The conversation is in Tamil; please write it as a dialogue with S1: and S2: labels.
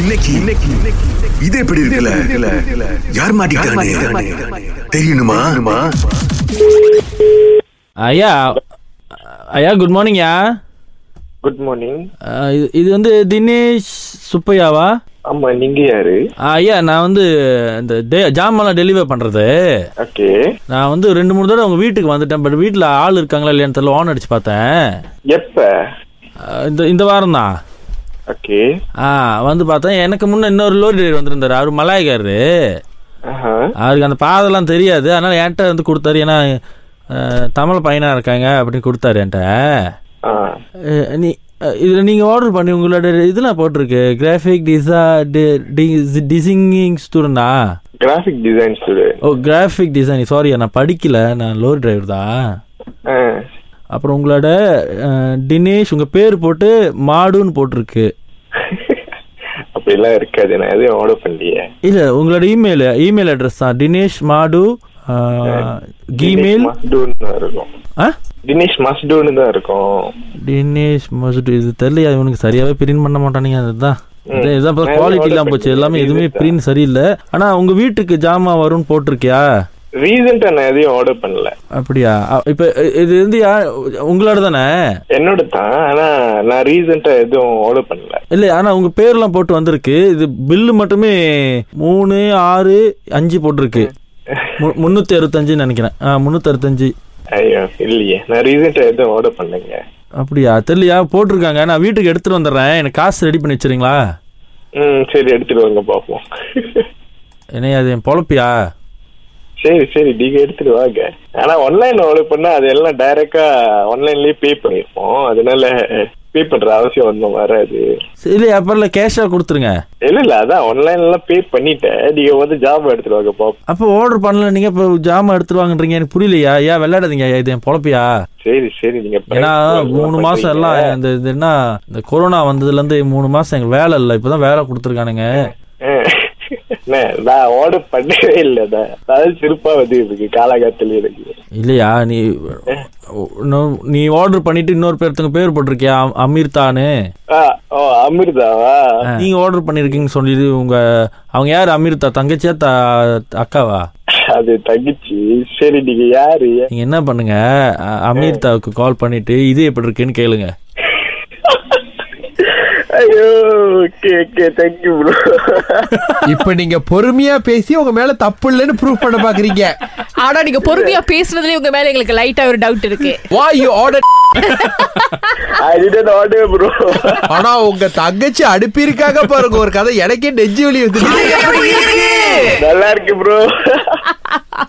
S1: இன்னைக்கு இன்னைக்கு இது எப்படி இருக்குல்ல யார் மாட்டிக்கிட்டானே தெரியணுமா
S2: ஐயா ஐயா குட் மார்னிங்யா
S3: குட் மார்னிங்
S2: இது இது வந்து தினேஷ் சுப்பையாவா
S3: ஆமா நீங்க யாரு
S2: ஆ, ஐயா நான் வந்து இந்த டே ஜாமான்லாம் டெலிவர் பண்ணுறது
S3: ஓகே
S2: நான் வந்து ரெண்டு மூணு தடவை உங்கள் வீட்டுக்கு வந்துட்டேன் பட் வீட்டில் ஆள் இருக்காங்களா இல்லையான்னு தெரியல ஆன் அடிச்சு பார்த்தேன்
S3: எப்ப
S2: ஆ, இந்த இந்த வாரம் தான்
S3: ஓகே
S2: ஆ வந்து பார்த்தேன் எனக்கு முன்ன இன்னொரு லோரி டிரைவர் வந்திருந்தாரு அவர் மலாய்க்காரரு
S3: ஆஹா
S2: அவருக்கு அந்த பாதெல்லாம் தெரியாது அதனால என்கிட்ட வந்து கொடுத்தாரு ஏன்னா ஆ, தமிழ் பையனாக இருக்காங்க அப்படின்னு கொடுத்தாரு என்கிட்ட
S3: ஆ
S2: அஹ் நீ இதில் நீங்கள் ஆர்டர் பண்ணி உங்களோட இதெல்லாம் போட்டிருக்கு கிராஃபிக் டிசா டிசிங்கிங் ஸ்டூடெண்டா
S3: கிராஃபிக் டிசைன் ஸ்டூடியோ
S2: ஓ கிராஃபிக் டிசைனிங் சாரி நான் படிக்கல நான் லோரி டிரைவர் தான் அப்புறம் உங்களோட அஹ், தினேஷ் உங்கள் பேர் போட்டு மாடுன்னு போட்டிருக்கு
S3: அப்படிலாம் இருக்காது நான் எதுவும் ஆர்டர் பண்ணலையே
S2: இல்லை உங்களோட இமெயில் இமெயில் அட்ரஸ் தான் தினேஷ் மாடு
S3: தினேஷ்
S2: கிமெயில்
S3: மஸ்டூன்னு தான் இருக்கும்
S2: ஆ
S3: தினேஷ் மஸ்டூன்னு தான் இருக்கும்
S2: தினேஷ் மசுட் இது தெரியல இவனுக்கு சரியாவே பிரிண்ட் பண்ண மாட்டானுங்க அதுதான் இதே இதான்
S3: நான் எதுவும்
S2: குவாலிட்டி
S3: order
S2: இல்லாம போச்சு
S3: பண்ணல,
S2: எல்லாமே எதுவுமே
S3: இதுதான்.
S2: பிரிண்ட் சரியில்லை ஆனா உங்க வீட்டுக்கு ஜாமா வரும்னு போட்டிருக்கியா
S3: ரீசெண்டா நான் எதையும் ஆர்டர் பண்ணல
S2: அப்படியா அ- இப்ப இ- இது வந்து யா உங்களோட தானே
S3: என்னோட தான் ஆனா நான் ரீசெண்டா எதுவும் ஆர்டர் பண்ணல
S2: இல்ல ஆனா உங்க பேர்லாம் போட்டு வந்திருக்கு இது பில்லு மட்டுமே மூணு ஆறு அஞ்சு போட்டிருக்கு மு- முன்னூத்தி அறுபத்தஞ்சுன்னு நினைக்கிறேன் ஆ முன்னூத்தி அறுபத்தஞ்சு
S3: ஐயோ இல்லையே நான் ரீசெண்டா எதுவும் ஆர்டர் பண்ணலைங்க
S2: அப்படியா தெரியலையா போட்டிருக்காங்க நான் வீட்டுக்கு எடுத்துட்டு வந்துடுறேன் எனக்கு காசு ரெடி பண்ணி வச்சுறீங்களா
S3: ம் சரி எடுத்துட்டு வாங்க பாப்போம்
S2: என்னையா அது என் பொழப்பியா
S3: சரி சரி நீங்க எடுத்துட்டு வாங்க ஆனா ஆன்லைன் ஆர்டர் பண்ணா அது எல்லாம் டைரக்டா ஆன்லைன்லயே பே பண்ணிருப்போம் அதனால பே பண்ற அவசியம் ஒன்றும் வராது
S2: சரி, இல்லையா அப்புறம் இல்லை கேஷாக கொடுத்துருங்க
S3: இல்ல இல்ல அதான் ஆன்லைன்ல பே பண்ணிட்டேன் நீங்க வந்து ஜாப் எடுத்துட்டு வாங்க பாப்போம்
S2: அப்போ ஆர்டர் பண்ணல நீங்க இப்போ ஜாமான் எடுத்துருவாங்கன்றீங்க எனக்கு புரியலையா ஏன் விளையாடாதீங்க ஐயா, இது என் பொழப்பியா
S3: சரி சரி நீங்க price
S2: ஏன்னா
S3: சொல்லுங்க,
S2: மூணு
S3: பண்றீங்க.
S2: மாசம் எல்லாம் இந்த இது என்ன இந்த கொரோனா வந்ததுல இருந்து மூணு மாசம் எங்க வேலை இல்லை இப்பதான் வேலை கொடுத்துருக்கானுங்க
S3: ஆ. அண்ணே, நான் ஆர்டர் பண்ணவே இல்லைண்ணே அதாவது சிரிப்பா வந்து இருக்கு காலாகாலத்துல இருக்கு
S2: இல்லையா நீ இன்னும் நீ ஆர்டர் பண்ணிட்டு இன்னொரு பேர்த்துக்கு பேர் போட்டிருக்கியா அம்- அமீர் தானு
S3: ஆ, ஓ அமிர்தாவா
S2: நீங்க ஆர்டர் பண்ணிருக்கீங்கன்னு சொல்லிட்டு உங்க அவங்க யார் அமீர் தா தங்கச்சியா தா அக்காவா
S3: அது தங்கிச்சு சரி நீங்க யாரு
S2: நீங்க என்ன பண்ணுங்க அ- அமீர் தாவுக்கு கால் பண்ணிட்டு இது எப்படி இருக்குன்னு கேளுங்க
S3: ஐயோ ஓகே ஓகே தேங்க்யூ ப்ரோ
S4: இப்ப நீங்க பொறுமையா பேசி உங்க மேல தப்பு இல்லைன்னு ப்ரூவ் பண்ண பாக்குறீங்க
S5: ஆனா நீங்க பொறுமையா பேசுனதுலயே உங்க மேல எங்களுக்கு லைட்டா ஒரு டவுட் இருக்கு
S4: வா you order
S3: I didn't order bro
S4: ஆனா உங்க தங்கச்சி அனுப்பியிருக்காங்க பாருங்க ஒரு கதை எனக்கே நெஞ்சு வலி வந்து
S3: நல்லா இருக்கு ப்ரோ